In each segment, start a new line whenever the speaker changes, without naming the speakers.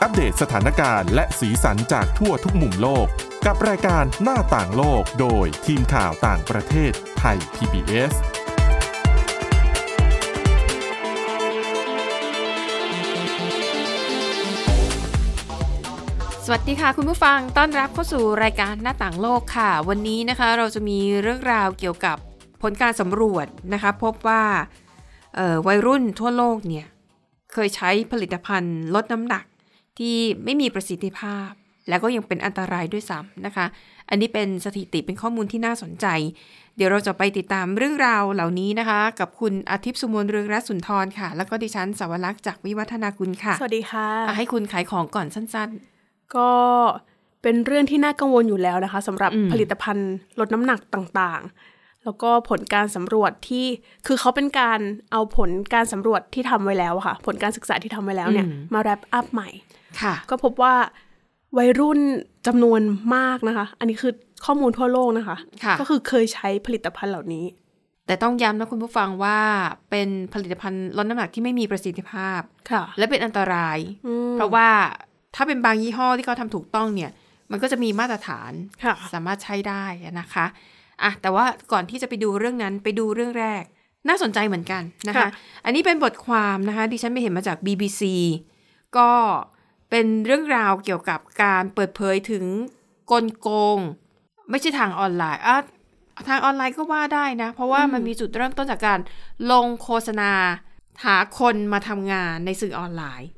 ปเดตสถานการณ์และสีสันจากทั่วทุกมุมโลก กับรายการหน้าต่างโลกโดยทีมข่าวต่างประเทศไทย PBS
สวัสดีค่ะคุณผู้ฟังต้อนรับเข้าสู่รายการหน้าต่างโลกค่ะ วันนี้นะคะเราจะมีเรื่องราวเกี่ยวกับผลการสำรวจนะคะ พบว่าเอ่อวัยรุ่นทั่วโลกเนี่ย เคยใช้ผลิตภัณฑ์ลดน้ำหนักที่ไม่มีประสิทธิภาพ และก็ยังเป็นอันตรายด้วยซ้ำนะคะ อันนี้เป็นสถิติเป็นข้อมูลที่น่าสนใจ เดี๋ยวเราจะไปติดตามเรื่องราวเหล่านี้นะคะ กับคุณอาทิตย์สุมนเรืองรัตน์สุนทรค่ะ แล้วก็ดิฉันสาวรักษ์จากวิวัฒนาคุณค่ะ
สวัสดีค่ะ
อ่ะให้คุณขายของก่อนสั้น ๆ
ก็เป็นเรื่องที่น่ากังวลอยู่แล้วนะคะสำหรับ
อืม
ผลิตภัณฑ์ลดน้ำหนักต่างๆ แล้วก็ผลการสำรวจที่คือเขาเป็นการเอาผลการสำรวจที่ทำไว้แล้วอะค่ะ ผลการศึกษาที่ทำไว้แล้วเนี่ยมาแรปอัพใหม่
ค่ะ
ก็พบว่าวัยรุ่นจำนวนมากนะคะ อันนี้คือข้อมูลทั่วโลกนะคะ
ค่ะ
ก็คือเคยใช้ผลิตภัณฑ์เหล่านี้
แต่ต้องย้ำนะคุณผู้ฟังว่าเป็นผลิตภัณฑ์ลดน้ำหนักที่ไม่มีประสิทธิภาพ
ค่ะ
และเป็นอันตราย เพราะว่าถ้าเป็นบางยี่ห้อที่เขาทำถูกต้องเนี่ย มันก็จะมีมาตรฐาน
ค่ะ
สามารถใช้ได้นะคะอ่ะแต่ว่าก่อนที่จะไปดูเรื่องนั้นไปดูเรื่องแรก น่าสนใจเหมือนกันนะคะ อันนี้เป็นบทความนะคะดิฉันไปเห็นมาจาก BBC ก็เป็นเรื่องราวเกี่ยวกับการเปิดเผยถึงกลโกง ไม่ใช่ทางออนไลน์อ่ะทางออนไลน์ก็ว่าได้นะ เพราะว่ามันมีจุดเริ่มต้นจากการลงโฆษณา หาคนมาทำงานในสื่อออนไลน์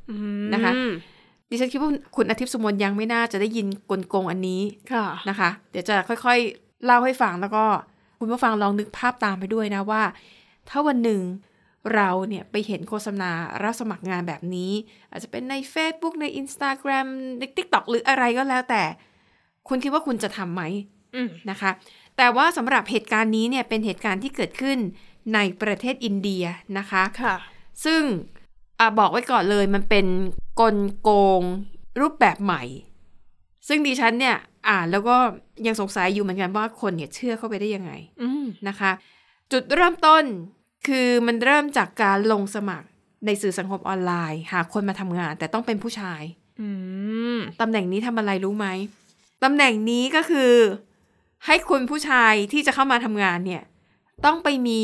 นะคะ
อืม
ดิฉันคิดว่าคุณอาทิตย์สุมนยังไม่น่าจะได้ยินกลโกงอันนี้
ค่ะ
นะคะ เดี๋ยวจะค่อยๆ เล่าให้ฟังแล้วก็คุณผู้ฟังลองนึกภาพตามไปด้วยนะว่า ถ้าวันหนึ่งเราเนี่ยไปเห็นโฆษณารับสมัครงานแบบนี้ อาจจะเป็นใน Facebook ใน Instagram ใน TikTok หรืออะไรก็แล้วแต่ คุณคิดว่าคุณจะทำไหม
อืม
นะคะแต่ว่าสำหรับเหตุการณ์นี้เนี่ยเป็นเหตุการณ์ที่เกิดขึ้นในประเทศอินเดียนะคะ
ค่ะ
ซึ่งอะบอกไว้ก่อนเลยมันเป็นกลโกงรูปแบบใหม่ ซึ่งดิฉันเนี่ยอ่านแล้วก็ยังสงสัยอยู่เหมือนกันว่าคนเนี่ยเชื่อเข้าไปได้ยังไง
อืม
นะคะจุดเริ่มต้นคือมันเริ่มจากการลงสมัครในสื่อสังคมออนไลน์ หาคนมาทำงาน แต่ต้องเป็นผู้ชาย
อืม
ตำแหน่งนี้ทำอะไรรู้ไหม ตำแหน่งนี้ก็คือให้คุณผู้ชายที่จะเข้ามาทำงานเนี่ย ต้องไปมี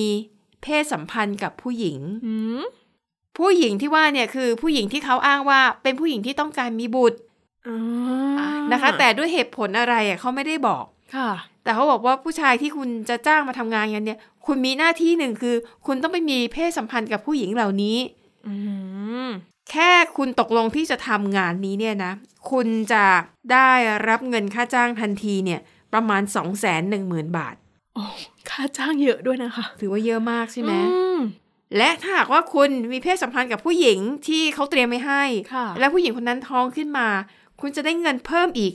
เพศสัมพันธ์กับผู้หญิง
อืม
ผู้หญิงที่ว่าเนี่ยคือผู้หญิงที่เขาอ้างว่าเป็นผู้หญิงที่ต้องการมีบุตร
อ่า
นะคะ แต่ด้วยเหตุผลอะไรอ่ะเขาไม่ได้บอก
ค่ะ
แต่เขาบอกว่าผู้ชายที่คุณจะจ้างมาทำงานกันเนี่ย คุณมีหน้าที่หนึ่งคือ คุณต้องไปมีเพศสัมพันธ์กับผู้หญิงเหล่านี้
อืม
แค่คุณตกลงที่จะทำงานนี้เนี่ยนะ คุณจะได้รับเงินค่าจ้างทันทีเนี่ย ประมาณ 2 1 0 0 0 0 บาท
โอ้ค่าจ้างเยอะด้วยนะคะ
ถือว่าเยอะมากใช่ไหม
อืม
และถ้าหากว่าคุณมีเพศสัมพันธ์กับผู้หญิงที่เขาเตรียมไว้ให้
ค่ะ
และผู้หญิงคนนั้นท้องขึ้นมา คุณจะได้เงินเพิ่มอีก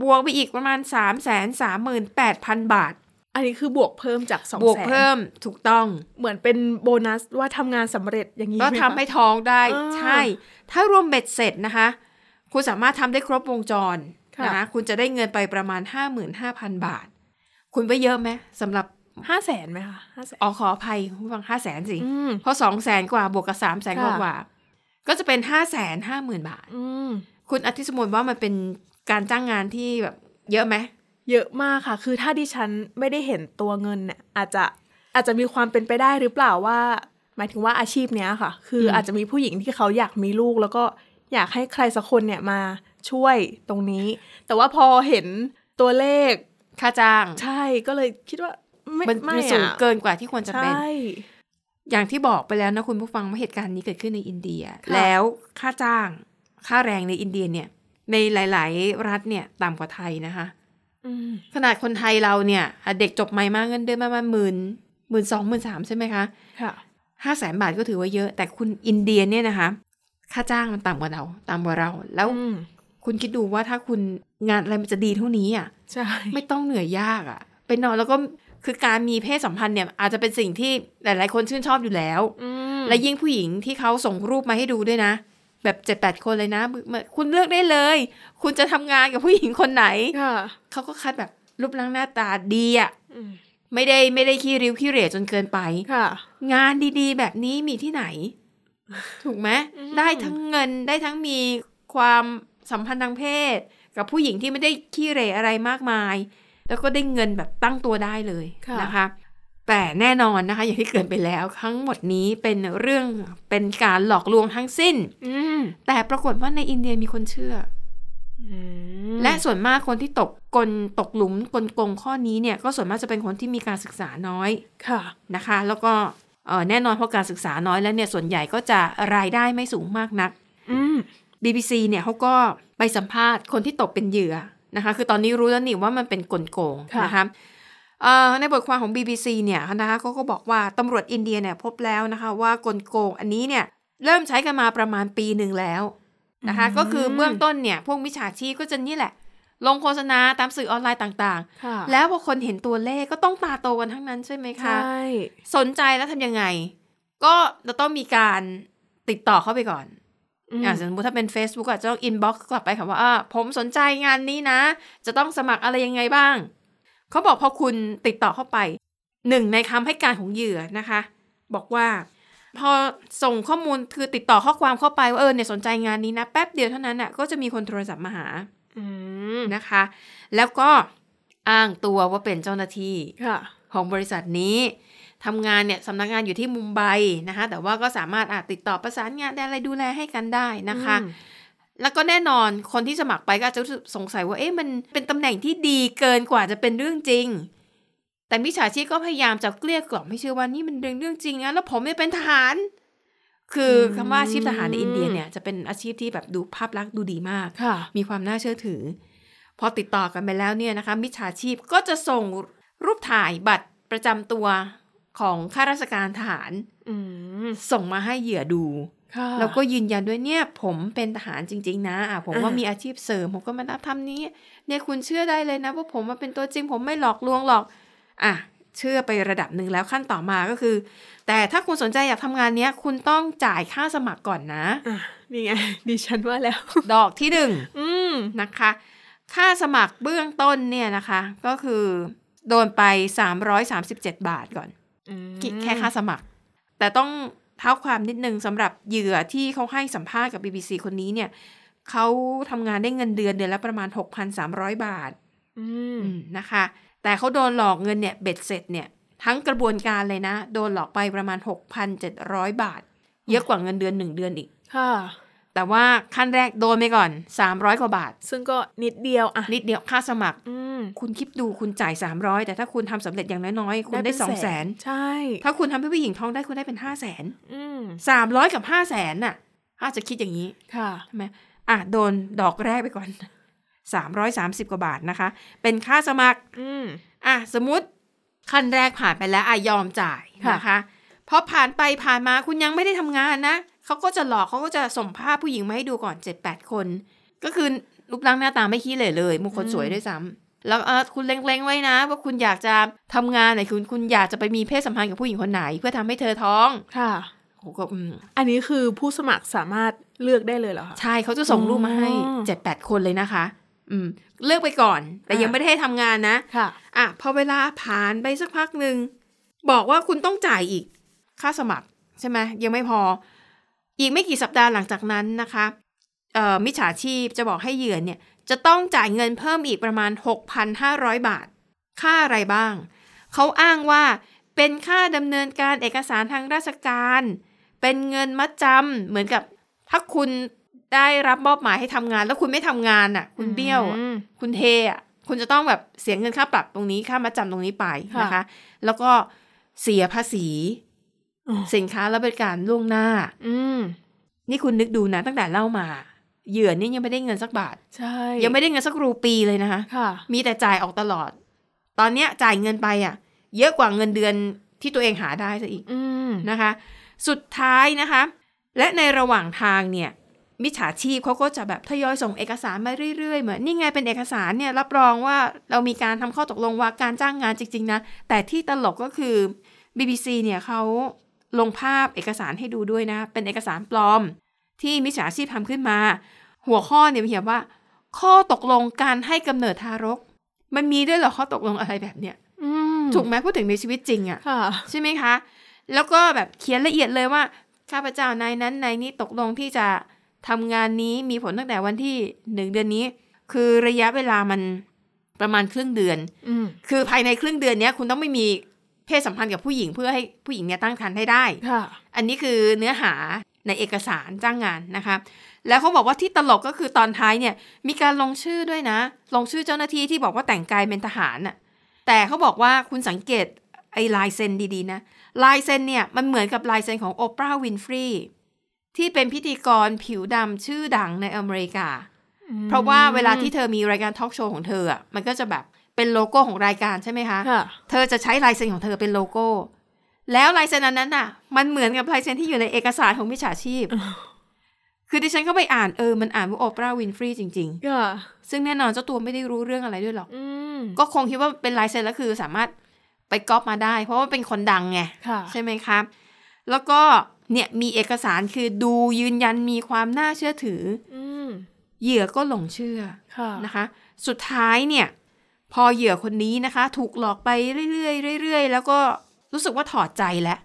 บวกไปอีกประมาณ 3 3 8 0 0 0 บาท
อันนี้คือบวกเพิ่มจากสอง
บวก
แสน
เพิ่มถูกต้อง
เหมือนเป็นโบนัสว่าทำงานสำเร็จอย่างนี้
ก็
ไม
ทำ
คะ
ให้ท้องได้
อ่า
ใช่ ถ้ารวมเบ็ดเสร็จนะคะ คุณสามารถทำได้ครบวงจร
ค่ะ
นะคะคุณจะได้เงินไปประมาณ 55,000 บาท คุณไปเยอะไหมสำหรับ
ห้าแสนไหมคะห้าแสน
อ๋อขออภัยคุณฟังห้าแสนสิ
อืม
เพราะสองแสนกว่าบวกกับสามแสนก
ค่ะ
ว่าๆก็จะเป็นห้าแสนห้าหมื่นบาท
อืม
คุณอาทิตย์สมนว่ามันเป็นการจ้างงานที่แบบเยอะไหม
เยอะมากค่ะ คือถ้าดิฉันไม่ได้เห็นตัวเงินเนี่ยอาจจะอาจจะมีความเป็นไปได้หรือเปล่าว่า หมายถึงว่าอาชีพเนี้ยค่ะ คืออ
ม
อาจจะมีผู้หญิงที่เขาอยากมีลูก แล้วก็อยากให้ใครสักคนเนี่ยมาช่วยตรงนี้ แต่ว่าพอเห็นตัวเลข
ค่าจ้าง
ใช่ก็เลยคิดว่าไม่
มัน
ไม่
มันสูง
อะ
เกินกว่าที่ควรจะเป็น
ใช่
อย่างที่บอกไปแล้วนะคุณผู้ฟังว่าเหตุการณ์นี้เกิดขึ้นในอินเดีย
ค่ะ
แล้วค่าจ้าง ค่าแรงในอินเดียเนี่ย ในหลาย ๆ รัฐเนี่ยต่ำกว่าไทยนะคะ
อืม
ขนาดคนไทยเราเนี่ยอ่ะเด็กจบใหม่มาเงินเดือนประมาณหมื่นหมื่นสองหมื่นสามใช่ไหมคะ
ค่ะ
ห้าแสนบาทก็ถือว่าเยอะ แต่คุณอินเดียเนี่ยนะคะ ค่าจ้างมันต่ำกว่าเราต่ำกว่าเรา แล้ว
อืม
คุณคิดดูว่าถ้าคุณงานอะไรมันจะดีเท่านี้อ่ะ
ใช่
ไม่ต้องเหนื่อยยากอะ่ะไปนอนแล้วก็คือการมีเพศสัมพันธ์เนี่ย อาจจะเป็นสิ่งที่หลาย ๆ คนชื่นชอบอยู่แล้ว และยิ่งผู้หญิงที่เขาส่งรูปมาให้ดูด้วยนะ แบบเจ็ดแปดคนเลยนะเหมือนคุณเลือกได้เลย คุณจะทำงานกับผู้หญิงคนไหน
ค่ะ
เขาก็คัดแบบรูปร่างหน้าตาดีอะ่ะ
อืม
ไม่ได้ไม่ได้ขี้ริ้วขี้เหร่จนเกินไป
ค่ะ
งานดีๆ แบบนี้มีที่ไหน ถูกไหม
อืม
ได้ทั้งเงินได้ทั้งมีความ สัมพันธ์ทางเพศ กับผู้หญิงที่ไม่ได้ขี้เหร่อะไรมากมาย แล้วก็ได้เงินแบบตั้งตัวได้เลย
ค่ะ
นะคะ แต่แน่นอนนะคะ อย่างที่เกรินไปแล้ว ทั้งหมดนี้เป็นเรื่องเป็นการหลอกลวงทั้งสิ้น
อืม
แต่ปรากฏว่าในอินเดียมีคนเชื่ออและส่วนมากคนที่ตกกลตกหลุมกลโกงข้อนี้เนี่ยก็ส่วนมากจะเป็นคนที่มีการศึกษาน้อย
ค่ะ
นะคะ แล้วก็เอ่อแน่นอนเพราะการศึกษาน้อยแล้วเนี่ยส่วนใหญ่ก็จะรายได้ไม่สูงมากนัก
อืม
BBC เนี่ยเขาก็ไปสัมภาษณ์คนที่ตกเป็นเหยื่อนะคะ คือตอนนี้รู้แล้วนี่ว่ามันเป็นกลโกง
ค่ะ
นะคะเอ่อในบทความของ BBC เนี่ยนะคะเขาก็บอกว่าตำรวจอินเดียเนี่ยพบแล้วนะคะว่ากลโกงอันนี้เนี่ยเริ่มใช้กันมาประมาณปีหนึ่งแล้วนะคะ ก็คือเบื้องต้นเนี่ยพวกมิจฉาชีพก็จะนี่แหละ ลงโฆษณาตามสื่อออนไลน์ต่าง
ค่ะ
ๆ แล้วพอคนเห็นตัวเลขก็ต้องตาโตกันทั้งนั้นใช่ไหมคะ
ใช่
สนใจแล้วทำยังไง ก็จะต้องมีการติดต่อเข้าไปก่อน
อืม
อ่าสมมติถ้าเป็น Facebook อาจจะต้อง inbox กลับไปค่ะว่าอ่าผมสนใจงานนี้นะ จะต้องสมัครอะไรยังไงบ้าง เขาบอกพอคุณติดต่อเข้าไป หนึ่งในคำให้การของเหยื่อนะคะ บอกว่า พอส่งข้อมูลคือติดต่อข้อความเข้าไปว่าเออเนี่ยสนใจงานนี้นะ แป๊บเดียวเท่านั้นน่ะก็จะมีคนโทรศัพท์มาหา
อืม
นะคะ แล้วก็อ้างตัวว่าเป็นเจ้าหน้าที่
ค่ะ
ของบริษัทนี้ทำงานเนี่ยสำนักงานอยู่ที่มุมไบนะคะแต่ว่าก็สามารถอาจติดต่อประสานงานได้อะไรดูแลให้กันได้นะคะ
อืม
แล้วก็แน่นอนคนที่สมัครไปก็อาจจะรู้สึกสงสัยว่าเอ๊ะมันเป็นตำแหน่งที่ดีเกินกว่าจะเป็นเรื่องจริง แต่มิจฉาชีพก็พยายามจะเกลี้ยกล่อมให้เชื่อว่านี่มันเรื่องเรื่องจริงนะแล้วผมเนี่ยเป็นทหาร คืออคำว่าอาชีพทหารในอินเดียเนี่ยจะเป็นอาชีพที่แบบดูภาพลักษณ์ดูดีมาก
ค่ะ
มีความน่าเชื่อถือ พอติดต่อกันไปแล้วเนี่ยนะคะ มิจฉาชีพก็จะส่งรูปถ่ายบัตรประจำตัวของข้าราชการทหาร
อืม
ส่งมาให้เหยื่อดู
ค่ะ
แล้วก็ยืนยันด้วยเนี่ย ผมเป็นทหารจริง ๆ นะอ่ะผมว่า
อ่ามี
มีอาชีพเสริม ผมก็มารับทำนี้ เนี่ยคุณเชื่อได้เลยนะ ว่าผมมาเป็นตัวจริง ผมไม่หลอกลวงหรอก อ่ะ เชื่อไประดับหนึ่งแล้วขั้นต่อมาก็คือ แต่ถ้าคุณสนใจอยากทำงานเนี้ย คุณต้องจ่ายค่าสมัครก่อนนะ
อ่ะนี่ไง ดิฉันว่าแล้ว
ดอกที่หนึ่ง
อืม
นะคะ ค่าสมัครเบื้องต้นเนี่ยนะคะ ก็คือโดนไป 337 บาทก่อนแค่ค่าสมัคร แต่ต้องเท้าความนิดนึงสำหรับเหยื่อที่เขาให้สัมภาษณ์กับ BBC คนนี้เนี่ยเขาทำงานได้เงินเดือนเดือนละประมาณ 6,300 บาท
อืม
อืมนะคะ แต่เขาโดนหลอกเงินเนี่ยเบ็ดเสร็จเนี่ยทั้งกระบวนการเลยนะ โดนหลอกไปประมาณ 6,700 บาท เยอะกว่าเงินเดือนหนึ่งเดือนอีก
ค่ะ
แต่ว่าขั้นแรกโดนไปก่อน 300 กว่าบาท
ซึ่งก็นิดเดียวอ่ะ
นิดเดียวค่าสมัคร
อืม
คุณคิดดูคุณจ่าย 300 แต่ถ้าคุณทำสำเร็จอย่างน้อยๆ คุณได้
เป็น
สองแสน
ใช่
ถ้าคุณทำให้ผู้หญิงท้องได้คุณได้เป็นห้าแสน
อืม
สามร้อยกับห้าแสนน่ะอาจจะคิดอย่างนี้
ค่ะ
ใช่ไหมอ่ะ โดนดอกแรกไปก่อน 330 กว่าบาทนะคะ เป็นค่าสมัคร
อืม
อ่ะ สมมติขั้นแรกผ่านไปแล้วอ่ะยอมจ่าย
ค่ะ
นะคะพอผ่านไปผ่านมาคุณยังไม่ได้ทำงานนะเขาก็จะหลอกเขาก็จะส่งภาพผู้หญิงมาให้ดูก่อน 7-8 คน ก็คือรูปร่างหน้าตาไม่ขี้เหร่เลยมุขคนสวยด้วยซ้ำแล้วเออคุณเล็งๆไว้นะ ว่าคุณอยากจะทำงานไหนคุณคุณอยากจะไปมีเพศสัมพันธ์กับผู้หญิงคนไหน เพื่อทำให้เธอท้อง
ค่ะ
โหก็อืม
อันนี้คือผู้สมัครสามารถเลือกได้เลยเหรอคะ
ใช่เขาจะส่งรูปมาให้
อ๋อ
เจ็ดแปดคนเลยนะคะ อืมเลือกไปก่อน แต่
อ่ะ
ยังไม่ได้ให้ทำงานนะ
ค่ะ
อ่ะพอเวลาผ่านไปสักพักหนึ่ง บอกว่าคุณต้องจ่ายอีก ค่าสมัครใช่ไหมยังไม่พอ อีกไม่กี่สัปดาห์หลังจากนั้นนะคะเอ่อมิจฉาชีพจะบอกให้เหยื่อเนี่ย จะต้องจ่ายเงินเพิ่มอีกประมาณ 6,500 บาท ค่าอะไรบ้าง เขาอ้างว่าเป็นค่าดำเนินการเอกสารทางราชการ เป็นเงินมัดจำเหมือนกับ ถ้าคุณได้รับมอบหมายให้ทำงาน แล้วคุณไม่ทำงานน่ะ คุณเบี้ยวอะ
อืม
คุณเทอ่ะ คุณจะต้องแบบเสียเงินค่าปรับตรงนี้ค่ามาจำตรงนี้ไปนะคะ แล้วก็เสียภาษี
อ๋อ
สินค้าและบริการล่วงหน้า
อืม
นี่คุณนึกดูนะ ตั้งแต่เล่ามา เหยื่อนี่ยังไม่ได้เงินสักบาท
ใช่
ยังไม่ได้เงินสักรูปีเลยนะคะ
ค่ะ
มีแต่จ่ายออกตลอด ตอนเนี้ยจ่ายเงินไปอ่ะ เยอะกว่าเงินเดือนที่ตัวเองหาได้ซะอีก
อืม
นะคะสุดท้ายนะคะ และในระหว่างทางเนี่ยมิจฉาชีพเขาก็จะแบบทยอยส่งเอกสารมาเรื่อยๆ เหมือนนี่ไงเป็นเอกสารเนี่ยรับรองว่าเรามีการทำข้อตกลงว่าการจ้างงานจริง ๆ นะ แต่ที่ตลกก็คือ BBC เนี่ยเขาลงภาพเอกสารให้ดูด้วยนะ เป็นเอกสารปลอม ที่มิจฉาชีพทำขึ้นมา หัวข้อเนี่ยมีเขียนว่า ข้อตกลงการให้กำเนิดทารก มันมีด้วยเหรอข้อตกลงอะไรแบบเนี้ย
อืม
ถูกไหมพูดถึงในชีวิตจริงอะ
ค่ะ
ใช่ไหมคะ แล้วก็แบบเขียนละเอียดเลยว่า ข้าพเจ้านายนั้นนายนี้ตกลงที่จะ ทำงานนี้มีผลตั้งแต่วันที่หนึ่งเดือนนี้ คือระยะเวลามันประมาณครึ่งเดือน
อืม
คือภายในครึ่งเดือนเนี้ยคุณต้องไม่มีเพศสัมพันธ์กับผู้หญิงเพื่อให้ผู้หญิงเนี่ยตั้งครรภ์ให้ได้
ค่ะ
อันนี้คือเนื้อหาในเอกสารจ้างงานนะคะ แล้วเขาบอกว่าที่ตลกก็คือตอนท้ายเนี่ย มีการลงชื่อด้วยนะ ลงชื่อเจ้าหน้าที่ที่บอกว่าแต่งกายเป็นทหารน่ะ แต่เขาบอกว่าคุณสังเกตไอ้ลายเซ็นดีๆนะ ลายเซ็นเนี่ยมันเหมือนกับลายเซ็นของโอปราห์วินฟรีย์ที่เป็นพิธีกรผิวดำชื่อดังในอเมริกา เพราะว่าเวลาที่เธอมีรายการทอล์กโชว์ของเธออ่ะมันก็จะแบบเป็นโลโก้ของรายการใช่ไหมคะ
ค่ะ
เธอจะใช้ลายเซ็นของเธอเป็นโลโก้ แล้วลายเซ็นอันนั้นน่ะ มันเหมือนกับลายเซ็นที่อยู่ในเอกสารของมิจฉาชีพ
อ้าว
คือดิฉันก็ไปอ่านเออ มันอ่านว่าโอปราวินฟรีจริง
ค่ะ
ๆ ซึ่งแน่นอนเจ้าตัวไม่ได้รู้เรื่องอะไรด้วยหรอก
อืม
ก็คงคิดว่าเป็นลายเซ็นแล้วคือสามารถไปก๊อปมาได้ เพราะว่าเป็นคนดังไง
ค่ะ
ใช่ไหมครับ แล้วก็เนี่ยมีเอกสารคือดูยืนยันมีความน่าเชื่อถือ
อืม
เหยื่อก็หลงเชื่อ
ค่ะ
นะคะ สุดท้ายเนี่ย พอเหยื่อคนนี้นะคะ ถูกหลอกไปเรื่อยๆเรื่อยๆ แล้วก็รู้สึกว่าถอดใจแล้ว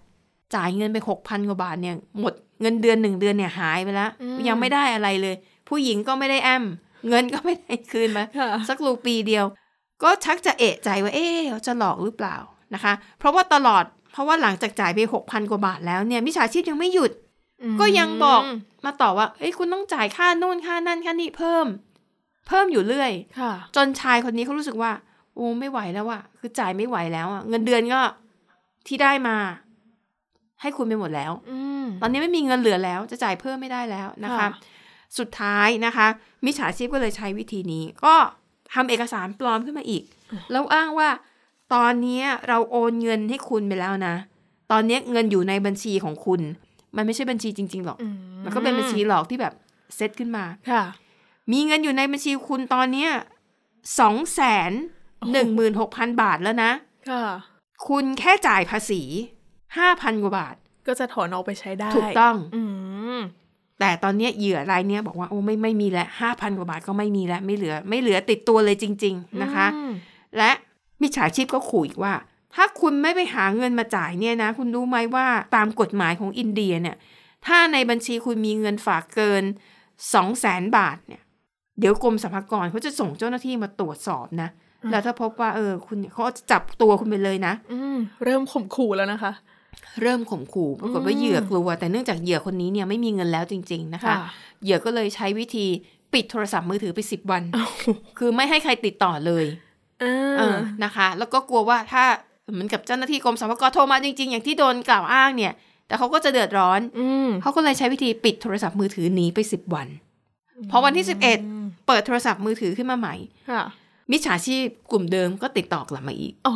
จ่ายเงินไปหกพันกว่าบาทเนี่ย หมดเงินเดือนหนึ่งเดือนเนี่ยหายไปแล้วยังไม่ได้อะไรเลย ผู้หญิงก็ไม่ได้แอม เงินก็ไม่ได้คืนมา
ค่ะ
สักรูปีเดียว ก็ชักจะเอะใจว่า เอ๊ะจะหลอกหรือเปล่านะคะ เพราะว่าตลอดเพราะว่าหลังจากจ่ายไปหกพันกว่าบาทแล้วเนี่ยมิจฉาชีพยังไม่หยุด ก็ยังบอกมาต่อว่า เอ้ยคุณต้องจ่ายค่านู่นค่านั่นค่านี่เพิ่ม เพิ่มอยู่เรื่อย
ค่ะ
จนชายคนนี้เขารู้สึกว่า โอ้ไม่ไหวแล้วอะคือจ่ายไม่ไหวแล้วอะเงินเดือนก็ที่ได้มา ให้คุณไปหมดแล้ว
อืม
ตอนนี้ไม่มีเงินเหลือแล้ว จะจ่ายเพิ่มไม่ได้แล้วนะคะ
ค่ะ
สุดท้ายนะคะ มิจฉาชีพก็เลยใช้วิธีนี้ ก็ทำเอกสารปลอมขึ้นมาอีก แล้วอ้างว่า ตอนนี้เราโอนเงินให้คุณไปแล้วนะ ตอนนี้เงินอยู่ในบัญชีของคุณ มันไม่ใช่บัญชีจริง ๆ หรอก
อื
มันก็เป็นบัญชีหลอกที่แบบเซตขึ้นมา
ค่ะ
มีเงินอยู่ในบัญชีคุณตอนเนี้ยสองแสนหนึ่งหมื่นหกพันบาทแล้วนะ
ค่ะ
คุณแค่จ่ายภาษีห้าพันกว่าบาท
ก็จะถอนออกไปใช้ได้
ถูกต้อง
อืม
แต่ตอนเนี้ยเหยื่อรายเนี้ยบอกว่าโอ้ไม่ไม่มีแล้วห้าพันกว่าบาทก็ไม่มีแล้วไม่เหลือ ไม่เหลือติดตัวเลยจริง ๆนะคะ
อืม
และมิจฉาชีพก็ขู่อีกว่า ถ้าคุณไม่ไปหาเงินมาจ่ายเนี่ยนะ คุณรู้ไหมว่าตามกฎหมายของอินเดียเนี่ย ถ้าในบัญชีคุณมีเงินฝากเกิน 2 0 0แสนบาทเนี่ย เดี๋ยวกรมสรรพากรเขาจะส่งเจ้าหน้าที่มาตรวจสอบนะ แล้วถ้าพบว่าเออคุณเขาจะจับตัวคุณไปเลยนะ
อืมเริ่มข่มขู่แล้วนะคะ
เริ่มข่มขู่ปรากฏว่า
อืม
เหยื่อกลัว แต่เนื่องจากเหยื่อคนนี้เนี่ยไม่มีเงินแล้วจริง ๆนะคะ เหยื่อก็เลยใช้วิธีปิดโทรศัพท์มือถือไป 10 วัน
เอา
คือไม่ให้ใครติดต่อเลย
อ่
เอา อนะคะ แล้วก็กลัวว่าถ้าเหมือนกับเจ้าหน้าที่กรมสรรพากรโทรมาจริง ๆ อย่างที่โดนกล่าวอ้างเนี่ย แต่เขาก็จะเดือดร้อน
อืม
เขาก็เลยใช้วิธีปิดโทรศัพท์มือถือหนีไป 10 วัน พอวันที่ 11 เปิดโทรศัพท์มือถือขึ้นมาใหม่
ค่ะ
มิจฉาชีพกลุ่มเดิมก็ติดต่อกลับมาอีก
โอ้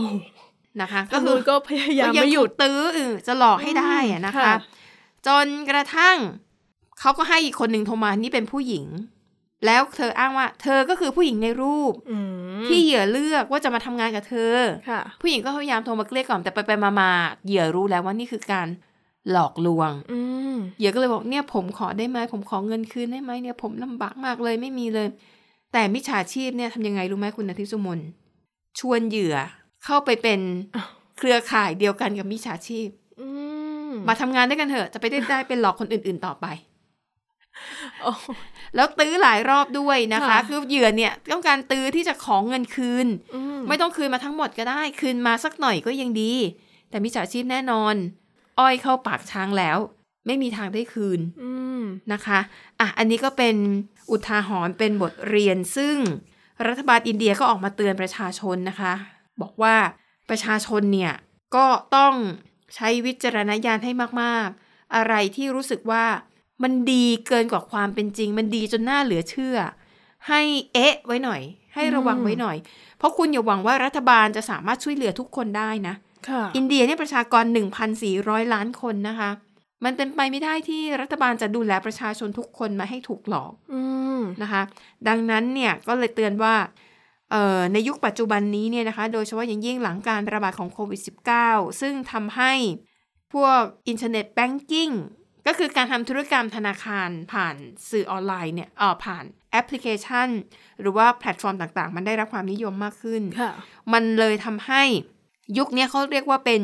นะคะ
ก็
ก็
คื
คือ อ
ก็พยายาม
ก็ยัง
ไม่หยุ
ถู
ด
กตื้อเออจะหลอกให้ได้อะนะคะ
ค่ะ
จนกระทั่งเขาก็ให้อีกคนหนึ่งโทรมานี่เป็นผู้หญิง แล้วเธออ้างว่า เธอก็คือผู้หญิงในรูป
อืม
ที่เหยื่อเลือกว่าจะมาทำงานกับเธอ
ค่ะ
ผู้หญิงก็พยายามโทรมาเกลี้ยกล่อมแต่ไปไปมามาเหยื่อรู้แล้วว่านี่คือการหลอกลวง
อืม
เหยื่อก็เลยบอกเนี่ยผมขอได้ไหมผมขอเงินคืนได้ไหมเนี่ยผมลำบากมากเลยไม่มีเลย แต่มิจฉาชีพเนี่ยทำยังไงรู้ไหมคุณอาทิตย์สุมนชวนเหยื่อเข้าไปเป็นเครือข่ายเดียวกันกับมิจฉาชีพ
อืม
มาทำงานด้วยกันเถอะจะไปได้ได้เป็นหลอกคนอื่น ๆต่อไป
โอ้
แล้วตื้อหลายรอบด้วยนะคะ
ค่ะ
คือเหยื่อเนี่ยต้องการตื้อที่จะของเงินคืน
อืม
ไม่ต้องคืนมาทั้งหมดก็ได้ คืนมาสักหน่อยก็ยังดี แต่มิจฉาชีพแน่นอน อ้อยเข้าปากช้างแล้ว ไม่มีทางได้คืน
อืม
นะคะอ่ะอันนี้ก็เป็นอุทาหรณ์เป็นบทเรียนซึ่งรัฐบาลอินเดียก็ออกมาเตือนประชาชนนะคะ บอกว่าประชาชนเนี่ย ก็ต้องใช้วิจารณญาณให้มากๆ อะไรที่รู้สึกว่ามันดีเกินกว่าความเป็นจริง มันดีจนน่าเหลือเชื่อ ให้เอ๊ะไว้หน่อย ให้ระวังไว้หน่อย เพราะคุณอย่าหวังว่ารัฐบาลจะสามารถช่วยเหลือทุกคนได้นะ
ค่ะ
อินเดียเนี่ยประชากร 1,400 ล้านคนนะคะ มันเป็นไปไม่ได้ที่รัฐบาลจะดูแลประชาชนทุกคนไมาให้ถูกหลอก
อืม
นะคะ ดังนั้นเนี่ยก็เลยเตือนว่าเอ่อในยุคปัจจุบันนี้เนี่ยนะคะ โดยเฉพาะอย่างยิ่งหลังการระบาดของโควิด -19 ซึ่งทำให้พวกอินเทอร์เน็ตแบงกิ้งก็คือการทำธุรกรรมธนาคารผ่านสื่อออนไลน์เนี่ยเอ่อผ่านแอปพลิเคชัน หรือว่าแพลตฟอร์มต่างๆ มันได้รับความนิยมมากขึ้น
ค่ะ
มันเลยทำให้ยุคเนี้ยเขาเรียกว่าเป็น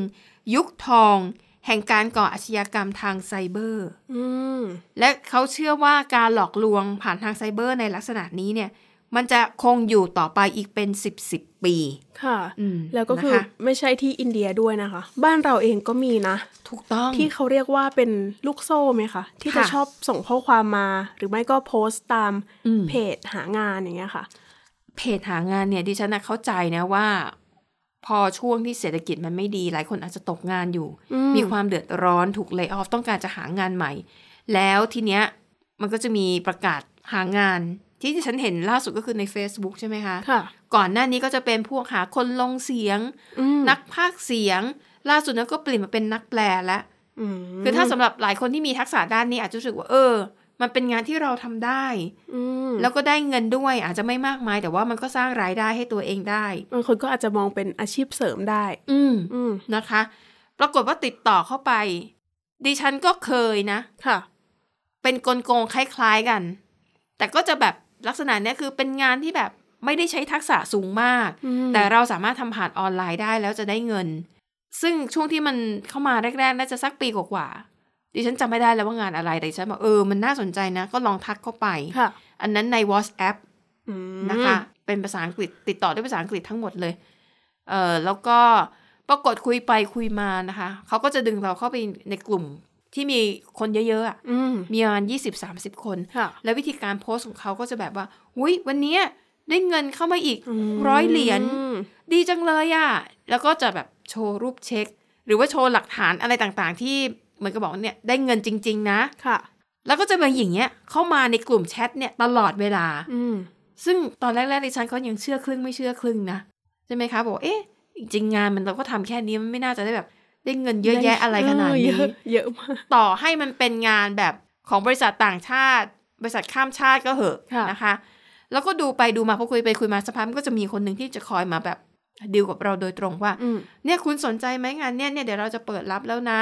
ยุคทอง แห่งการก่ออาชญากรรมทางไซเบอร์
อืม
และเขาเชื่อว่าการหลอกลวงผ่านทางไซเบอร์ในลักษณะนี้เนี่ย มันจะคงอยู่ต่อไปอีกเป็นสิบสิบปี
ค่ะ
อืม
แล้วก็คือ
นะคะ
ไม่ใช่ที่อินเดียด้วยนะคะ บ้านเราเองก็มีนะ
ถูกต้อง
ที่เขาเรียกว่าเป็นลูกโซ่ไหมคะที่จะ
ค่ะ
ชอบส่งข้อความมา หรือไม่ก็โพสต์ตาม
อืม
เพจหางานอย่างเงี้ยค่ะ
เพจหางานเนี่ยดิฉันน่ะเข้าใจนะว่า พอช่วงที่เศรษฐกิจมันไม่ดี หลายคนอาจจะตกงานอยู่
อืม
มีความเดือดร้อนถูกเล y o ออฟต้องการจะหางานใหม่ แล้วทีเนี้ยมันก็จะมีประกาศหางาน ที่ดิฉันเห็นล่าสุดก็คือใน Facebook ใช่ไหมคะ
ค่ะ
ก่อนหน้านี้ก็จะเป็นพวกหาคนลงเสียง
อืม
นักพากย์เสียง ล่าสุดนั้นก็เปลี่ยนมาเป็นนักแปลแล้ว
อืม
คือถ้าสำหรับหลายคนที่มีทักษะด้านนี้อาจจะรู้สึกว่าเออ มันเป็นงานที่เราทำได้
อืม
แล้วก็ได้เงินด้วยอาจจะไม่มากมาย แต่ว่ามันก็สร้างรายได้ให้ตัวเองได้
บางคนก็อาจจะมองเป็นอาชีพเสริมได้
อืม
อืม
นะคะ ปรากฏว่าติดต่อเข้าไป ดิฉันก็เคยนะ
ค่ะ
เป็นกลโกงคล้ายๆกัน แต่ก็จะแบบลักษณะเนี้ยคือเป็นงานที่แบบไม่ได้ใช้ทักษะสูงมาก
อืม
แต่เราสามารถทำผ่านออนไลน์ได้แล้วจะได้เงิน ซึ่งช่วงที่มันเข้ามาแรกๆ น่าจะสักปีกว่าๆดิฉันจำไม่ได้แล้วว่างานอะไรแต่ดิฉันบอกเออมันน่าสนใจนะ ก็ลองทักเข้าไป
ค่ะ
อันนั้นใน WhatsApp
อืม
นะคะ เป็นภาษาอังกฤษติดต่อด้วยภาษาอังกฤษทั้งหมดเลย เออแล้วก็ปรากฏคุยไปคุยมานะคะ เขาก็จะดึงเราเข้าไปในกลุ่มที่มีคนเยอะๆอะ
อืม
มีประมาณยี่สิบสามสิบคน
ค่ะ
แล้ววิธีการโพสต์ของเขาก็จะแบบว่าหุยวันเนี้ยได้เงินเข้ามาอีก
อืม
ร้อยเหรียญ
อืม
ดีจังเลยอะ่ะ แล้วก็จะแบบโชว์รูปเช็ค หรือว่าโชว์หลักฐานอะไรต่างๆ ที่เหมือนกับบอกว่าเนี่ยได้เงินจริง ๆ นะ
ค่ะ
แล้วก็จะมาอย่างเงี้ยเข้ามาในกลุ่มแชทเนี่ยตลอดเวลา
อืม
ซึ่งตอนแรกๆดิฉันก็ยังเชื่อครึ่งไม่เชื่อครึ่งนะ ใช่ไหมคะบอกว่าเอ๊ะจริงๆงานมันเราก็ทำแค่นี้มันไม่น่าจะได้แบบ ได้เงินเยอะแยะอะไรขนาดนี้
เออเยอะเยอะมาก
ต่อให้มันเป็นงานแบบของบริษัทต่างชาติ บริษัทข้ามชาติก็เหอะ
ค่ะ
นะคะ แล้วก็ดูไปดูมาพอคุยไปคุยมาสักพักมันก็จะมีคนหนึ่งที่จะคอยมาแบบดีลกับเราโดยตรงว่า
อืม
เนี่ยคุณสนใจไหมงานเนี่ยเนี่ยเดี๋ยวเราจะเปิดรับแล้วนะ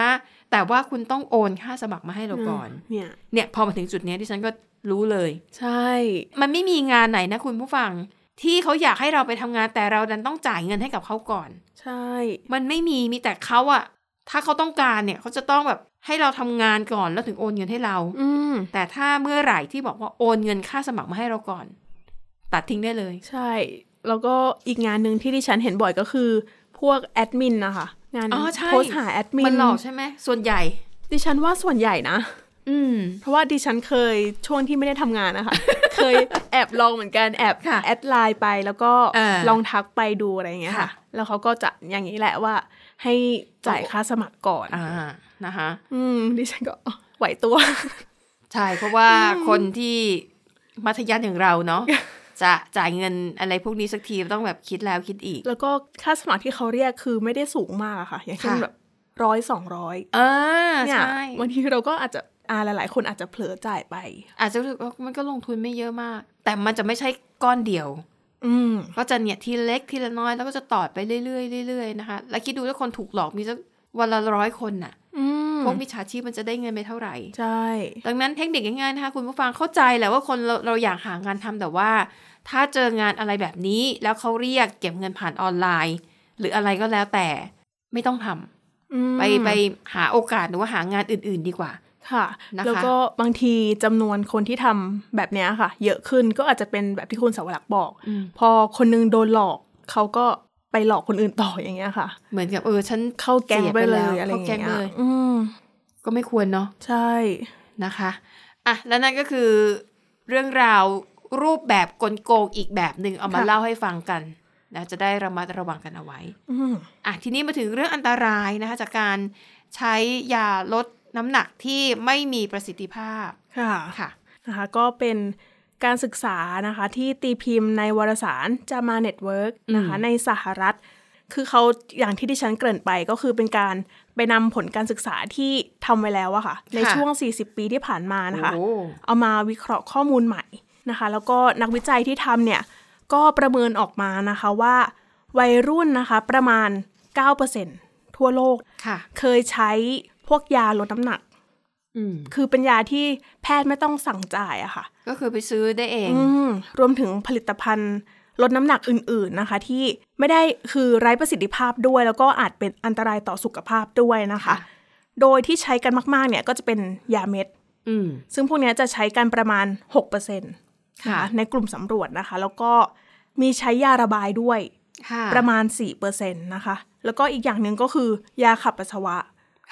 แต่ว่าคุณต้องโอนค่าสมัครมาให้เราก่อน
เนี่ย
เนี่ยพอมาถึงจุดเนี้ยที่ฉันก็รู้เลย
ใช่
มันไม่มีงานไหนนะคุณผู้ฟัง ที่เขาอยากให้เราไปทำงานแต่เราดันต้องจ่ายเงินให้กับเขาก่อน
ใช่
มันไม่มีมีแต่เขาอะถ้าเขาต้องการเนี่ยเขาจะต้องแบบให้เราทำงานก่อนแล้วถึงโอนเงินให้เรา
อืม
แต่ถ้าเมื่อไหร่ที่บอกว่าโอนเงินค่าสมัครมาให้เราก่อน ตัดทิ้งได้เลย
ใช่ แล้วก็อีกงานหนึ่งที่ดิฉันเห็นบ่อยก็คือ พวกแอดมินนะคะ งาน
อ๋อใช่
โพสต์หาแอดมิ
มันหลอกใช่ไหมส่วนใหญ่
ดิฉันว่าส่วนใหญ่นะ
อืม
เพราะว่าดิฉันเคยช่วงที่ไม่ได้ทำงานนะคะ เคยแอบลองเหมือนกันแอบ
ค่ะ
แอดไลน์ไปแล้วก็
เออ
ลองทักไปดูอะไรอย่างเงี้ยค่ะ
ค่ะ
แล้วเขาก็จะอย่างนี้แหละว่า ให้จ่ายค่าสมัครก่อน
อ่านะคะ
อืมดิฉันก็อ๋อไหวตัว
ใช่เพราะว่าคนที่มัธยัสถ์อย่างเราเนาะ จะจ่ายเงินอะไรพวกนี้สักทีต้องแบบคิดแล้วคิดอีก
แล้วก็ค่าสมัครที่เขาเรียกคือไม่ได้สูงมากอะค่ะ อย่างเช่น
ค่ะ
แบบร้อยสองร้อย
อ่า
เนี่ย
ใช่
บางทีเราก็อาจจะอาหลายๆ คนอาจจะเผลอจ่ายไป
อาจจะรู้สึกว่ามันก็ลงทุนไม่เยอะมาก แต่มันจะไม่ใช่ก้อนเดียว
อืม
ก็จะเนี่ยทีเล็กทีละน้อยแล้วก็จะต่อดไปเรื่อยๆเรื่อยๆนะคะแล้วคิดดูถ้าคนถูกหลอกมีสักวันละร้อยคนน่ะ
อืม
พวกมิจฉาชีพมันจะได้เงินไปเท่าไหร่
ใช่
ดังนั้นเทคนิคง่ายๆนะคะคุณผู้ฟังเข้าใจแหละว่าคนเราเราอยากหางานทำแต่ว่า ถ้าเจองานอะไรแบบนี้แล้วเขาเรียกเก็บเงินผ่านออนไลน์ หรืออะไรก็แล้วแต่ไม่ต้องทำ
อืม
ไปไปหาโอกาสหรือว่าหางานอื่นๆดีกว่า
ค่ะ
นะคะ
แล้วก็บางทีจำนวนคนที่ทำแบบเนี้ยค่ะ เยอะขึ้นก็อาจจะเป็นแบบที่คุณสาวรักษ์บอก พอคนนึงโดนหลอกเขาก็ไปหลอกคนอื่นต่ออย่างเงี้ยค่ะ
เหมือนกับเออฉัน
เข้าแก๊งไปเลย
สีแว
อะไรอ
เข้า
ย่าง
แก๊งไป
เงี้
เลย
ยอืม
ก็ไม่ควรเนาะ
ใช่
นะคะอ่ะและนั่นก็คือเรื่องราวรูปแบบกลโกงอีกแบบหนึ่งเอามาเล่าให้ฟังกันนะจะได้ระมัดระวังกันเอาไว้
อืม
อ่ะทีนี้มาถึงเรื่องอันตรายนะคะจากการใช้ยาลดน้ำหนักที่ไม่มีประสิทธิภาพ
ค่ะ
ค่ะ
นะคะก็เป็นการศึกษานะคะ ที่ตีพิมพ์ในวารสารจามาเน็ตเวิร์กนะคะ
อืม
ในสหรัฐ คือเขาอย่างที่ดิฉันเกริ่นไปก็คือเป็นการไปนำผลการศึกษาที่ทำไว้แล้วอะค่ะ ในช่วง 40 ปีที่ผ่านมานะคะ
โอ้โห
เอามาวิเคราะห์ข้อมูลใหม่นะคะ แล้วก็นักวิจัยที่ทำเนี่ย ก็ประเมินออกมานะคะว่าวัยรุ่นนะคะประมาณ 9%ทั่วโลก
ค่ะ
เคยใช้พวกยาลดน้ำหนัก
อืม
คือเป็นยาที่แพทย์ไม่ต้องสั่งจ่ายอะค่ะ
ก็คือไปซื้อได้เอง
อืมรวมถึงผลิตภัณฑ์ลดน้ำหนักอื่นๆนะคะ ที่ไม่ได้คือไร้ประสิทธิภาพด้วย แล้วก็อาจเป็นอันตรายต่อสุขภาพด้วยนะคะ
ค่ะ
โดยที่ใช้กันมาก ๆ เนี่ยก็จะเป็นยาเม็ด
อืม
ซึ่งพวกเนี้ยจะใช้กันประมาณ 6%น
ค่ะ
ในกลุ่มสำรวจนะคะ แล้วก็มีใช้ยาระบายด้วย
ค่ะ
ประมาณ 4%นะคะ แล้วก็อีกอย่างหนึ่งก็คือยาขับปัสสาวะ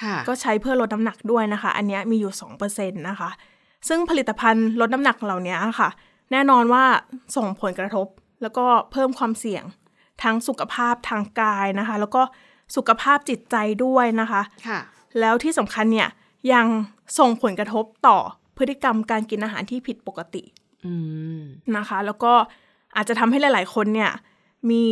ค่ะ
ก็ใช้เพื่อลดน้ำหนักด้วยนะคะ อันเนี้ยมีอยู่ 2%นะคะ ซึ่งผลิตภัณฑ์ลดน้ำหนักเหล่านี้ค่ะ แน่นอนว่าส่งผลกระทบ แล้วก็เพิ่มความเสี่ยง ทั้งสุขภาพทางกายนะคะ แล้วก็สุขภาพจิตใจด้วยนะคะ
ค่ะ
แล้วที่สำคัญเนี่ยยังส่งผลกระทบต่อพฤติกรรมการกินอาหารที่ผิดปกติ
อืม
นะคะ แล้วก็อาจจะทำให้หลาย ๆ คนเนี่ยมี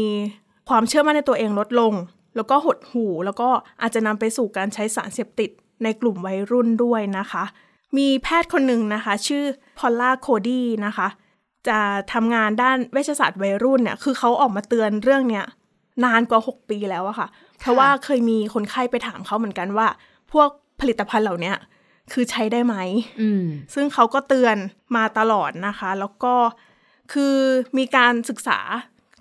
ความเชื่อมั่นในตัวเองลดลง แล้วก็หดหู่แล้วก็อาจจะนำไปสู่การใช้สารเสพติดในกลุ่มวัยรุ่นด้วยนะคะ มีแพทย์คนหนึ่งนะคะ ชื่อพอลล่าโคดี้นะคะ จะทำงานด้านเวชศาสตร์วัยรุ่นเนี่ยคือเขาออกมาเตือนเรื่องเนี้ยนานกว่า 6 ปีแล้วอะค่ะ เพราะว่าเคยมีคนไข้ไปถามเขาเหมือนกันว่า พวกผลิตภัณฑ์เหล่าเนี้ยคือใช้ได้ไหม
อืม
ซึ่งเขาก็เตือนมาตลอดนะคะ แล้วก็คือมีการศึกษา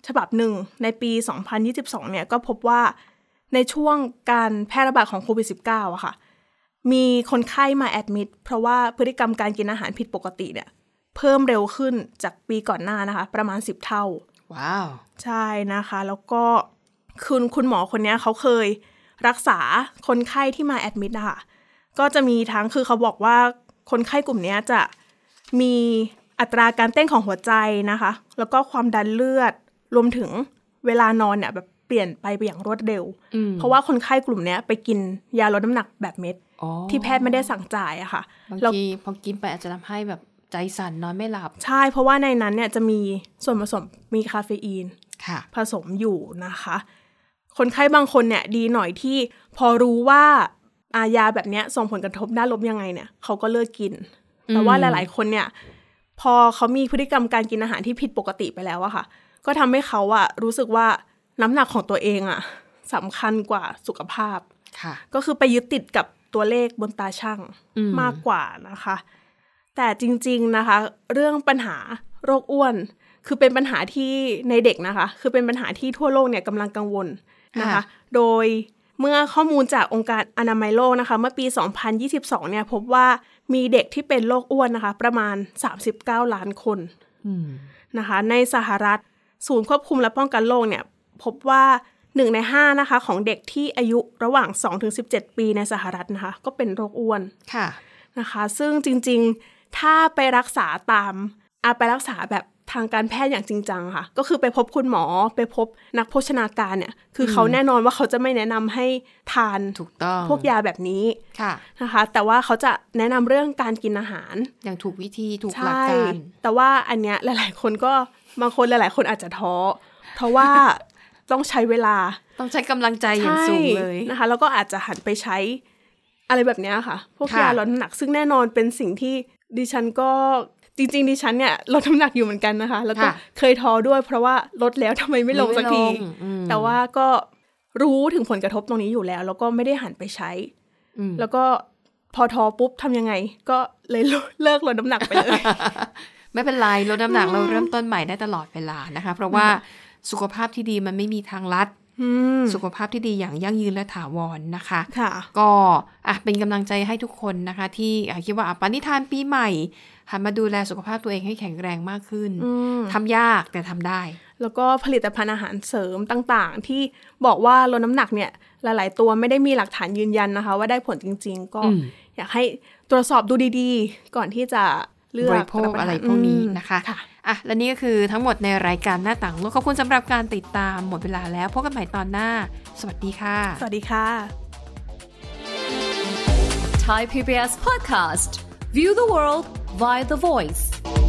ฉบับหนึ่งในปี 2022 เนี่ยก็พบว่าในช่วงการแพร่ระบาดของโควิด -19 อะค่ะ มีคนไข้มาแอดมิดเพราะว่าพฤติกรรมการกินอาหารผิดปกติเนี่ย เพิ่มเร็วขึ้นจากปีก่อนหน้านะคะ ประมาณ 10 เท่า
ว้าว
ใช่นะคะ แล้วก็คุณคุณหมอคนเนี้ยเขาเคยรักษาคนไข้ที่มาแอดมิดนะคะก็จะมีทั้งคือเขาบอกว่าคนไข้กลุ่มเนี้ยจะมีอัตราการเต้นของหัวใจนะคะ แล้วก็ความดันเลือดรวมถึงเวลานอนเนี่ยแบบเปลี่ยนไปไปอย่างรวดเร็ว
อืม
เพราะว่าคนไข้กลุ่มเนี้ยไปกินยาลดน้ำหนักแบบเม็ด
อ๋อ
ที่แพทย์ไม่ได้สั่งจ่ายอะค่ะ
บาง
แล้ว
ทีพอกินไปอาจจะทำให้แบบใจสั่นนอนไม่หลับ
ใช่เพราะว่าในนั้นเนี่ยจะมีส่วนผสมมีคาเฟอีน
ค่ะ
ผสมอยู่นะคะ คนไข้บางคนเนี่ยดีหน่อยที่พอรู้ว่าอาญาแบบเนี้ยส่งผลกระทบด้านลบยังไงเนี่ยเขาก็เลิกกิน แต่ว่าหลาย ๆ คนเนี่ยพอเขามีพฤติกรรมการกินอาหารที่ผิดปกติไปแล้วอะค่ะ ก็ทำให้เขาอะรู้สึกว่าน้ำหนักของตัวเองอะสำคัญกว่าสุขภาพ
ค่ะ
ก็คือไปยึดติดกับตัวเลขบนตาช่าง
อืม
มากกว่านะคะ แต่จริงๆนะคะ เรื่องปัญหาโรคอ้วน คือเป็นปัญหาที่ในเด็กนะคะ คือเป็นปัญหาที่ทั่วโลกเนี่ยกำลังกังวลนะคะ โดยเมื่อข้อมูลจากองค์การอนามัยโลกนะคะ เมื่อปี 2022 เนี่ยพบว่ามีเด็กที่เป็นโรคอ้วนนะคะ ประมาณ 39 ล้านคน
อืม
นะคะในสหรัฐศูนย์ควบคุมและป้องกันโรคเนี่ยพบว่า 1 ใน 5 นะคะของเด็กที่อายุระหว่าง 2-17 ปีในสหรัฐนะคะ ก็เป็นโรคอ้วน
ค่ะ
นะคะ ซึ่งจริงๆถ้าไปรักษาตามอาไปรักษาแบบทางการแพทย์อย่างจริงจังค่ะ ก็คือไปพบคุณหมอไปพบนักโภชนาการเนี่ยคือเขาแน่นอนว่าเขาจะไม่แนะนำให้ทาน
ถูกต้อง
พวกยาแบบนี้
ค่ะ
นะคะ แต่ว่าเขาจะแนะนำเรื่องการกินอาหาร
อย่างถูกวิธีถูกหลัก
ใช่
การ
แต่ว่าอันเนี้ยหลาย ๆ คนก็บางคนหลาย ๆ คนอาจจะท้อ เพราะว่า ต้องใช้เวลา
ต้องใช้กำลังใจอย่างสูงเลย
ใช่นะคะแล้วก็อาจจะหันไปใช้อะไรแบบเนี้ยค่ะ พวก
ค่ะ
ยาลดน้ำหนักซึ่งแน่นอนเป็นสิ่งที่ดิฉันก็จริง ๆ ดิฉันเนี่ยลดน้ำหนักอยู่เหมือนกันนะคะ แล้วก็เคยท้อด้วย เพราะว่าลดแล้วทำ ไมไม่ลงสักที
ไม่ลงอืม
แต่ว่าก็รู้ถึงผลกระทบตรงนี้อยู่แล้ว แล้วก็ไม่ได้หันไปใช้
อืม
แล้วก็พอท้อปุ๊บทำยังไง ก็เลย เลิกลดน้ำหนักไปเลย
ไม่เป็นไรลดน้ำหนักเราเริ่มต้นใหม่ได้ตลอดเวลานะคะ เพราะว่าสุขภาพที่ดีมันไม่มีทางลัด
อืม
สุขภาพที่ดีอย่างยั่งยืนและถาวรนะคะ
ค่ะ
ก็อ่ะเป็นกำลังใจให้ทุกคนนะคะ ที่อ่ะคิดว่าอ่ะปณิธานปีใหม่หันมาดูแลสุขภาพตัวเองให้แข็งแรงมากขึ้น
อืม
ทำยากแต่ทำได้
แล้วก็ผลิตภัณฑ์อาหารเสริมต่างๆ ที่บอกว่าลดน้ำหนักเนี่ย หลาย ๆ ตัวไม่ได้มีหลักฐานยืนยันนะคะ ว่าได้ผลจริง ๆ ก็
อืม
อยากให้ตรวจสอบดูดีๆ ก่อนที่จะเลือก
บริโภค
ปทาน
อะไรพวกนี้
อืม
นะคะ
ค่ะ
อ่ะ และนี่ก็คือทั้งหมดในรายการหน้าต่างโลกขอบคุณสำหรับการติดตามหมดเวลาแล้วพบกันใหม่ตอนหน้า สวัสดีค่ะ
สวัสดีค่ะ
Thai PBS podcast. View the world via the voice.